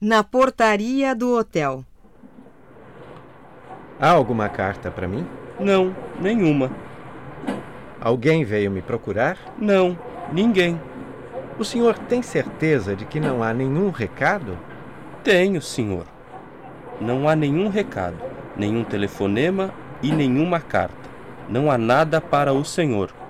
Na portaria do hotel. Há alguma carta para mim? Não, nenhuma. Alguém veio me procurar? Não, ninguém. O senhor tem certeza de que não há nenhum recado? Tenho, senhor. Não há nenhum recado, nenhum telefonema e nenhuma carta. Não há nada para o senhor.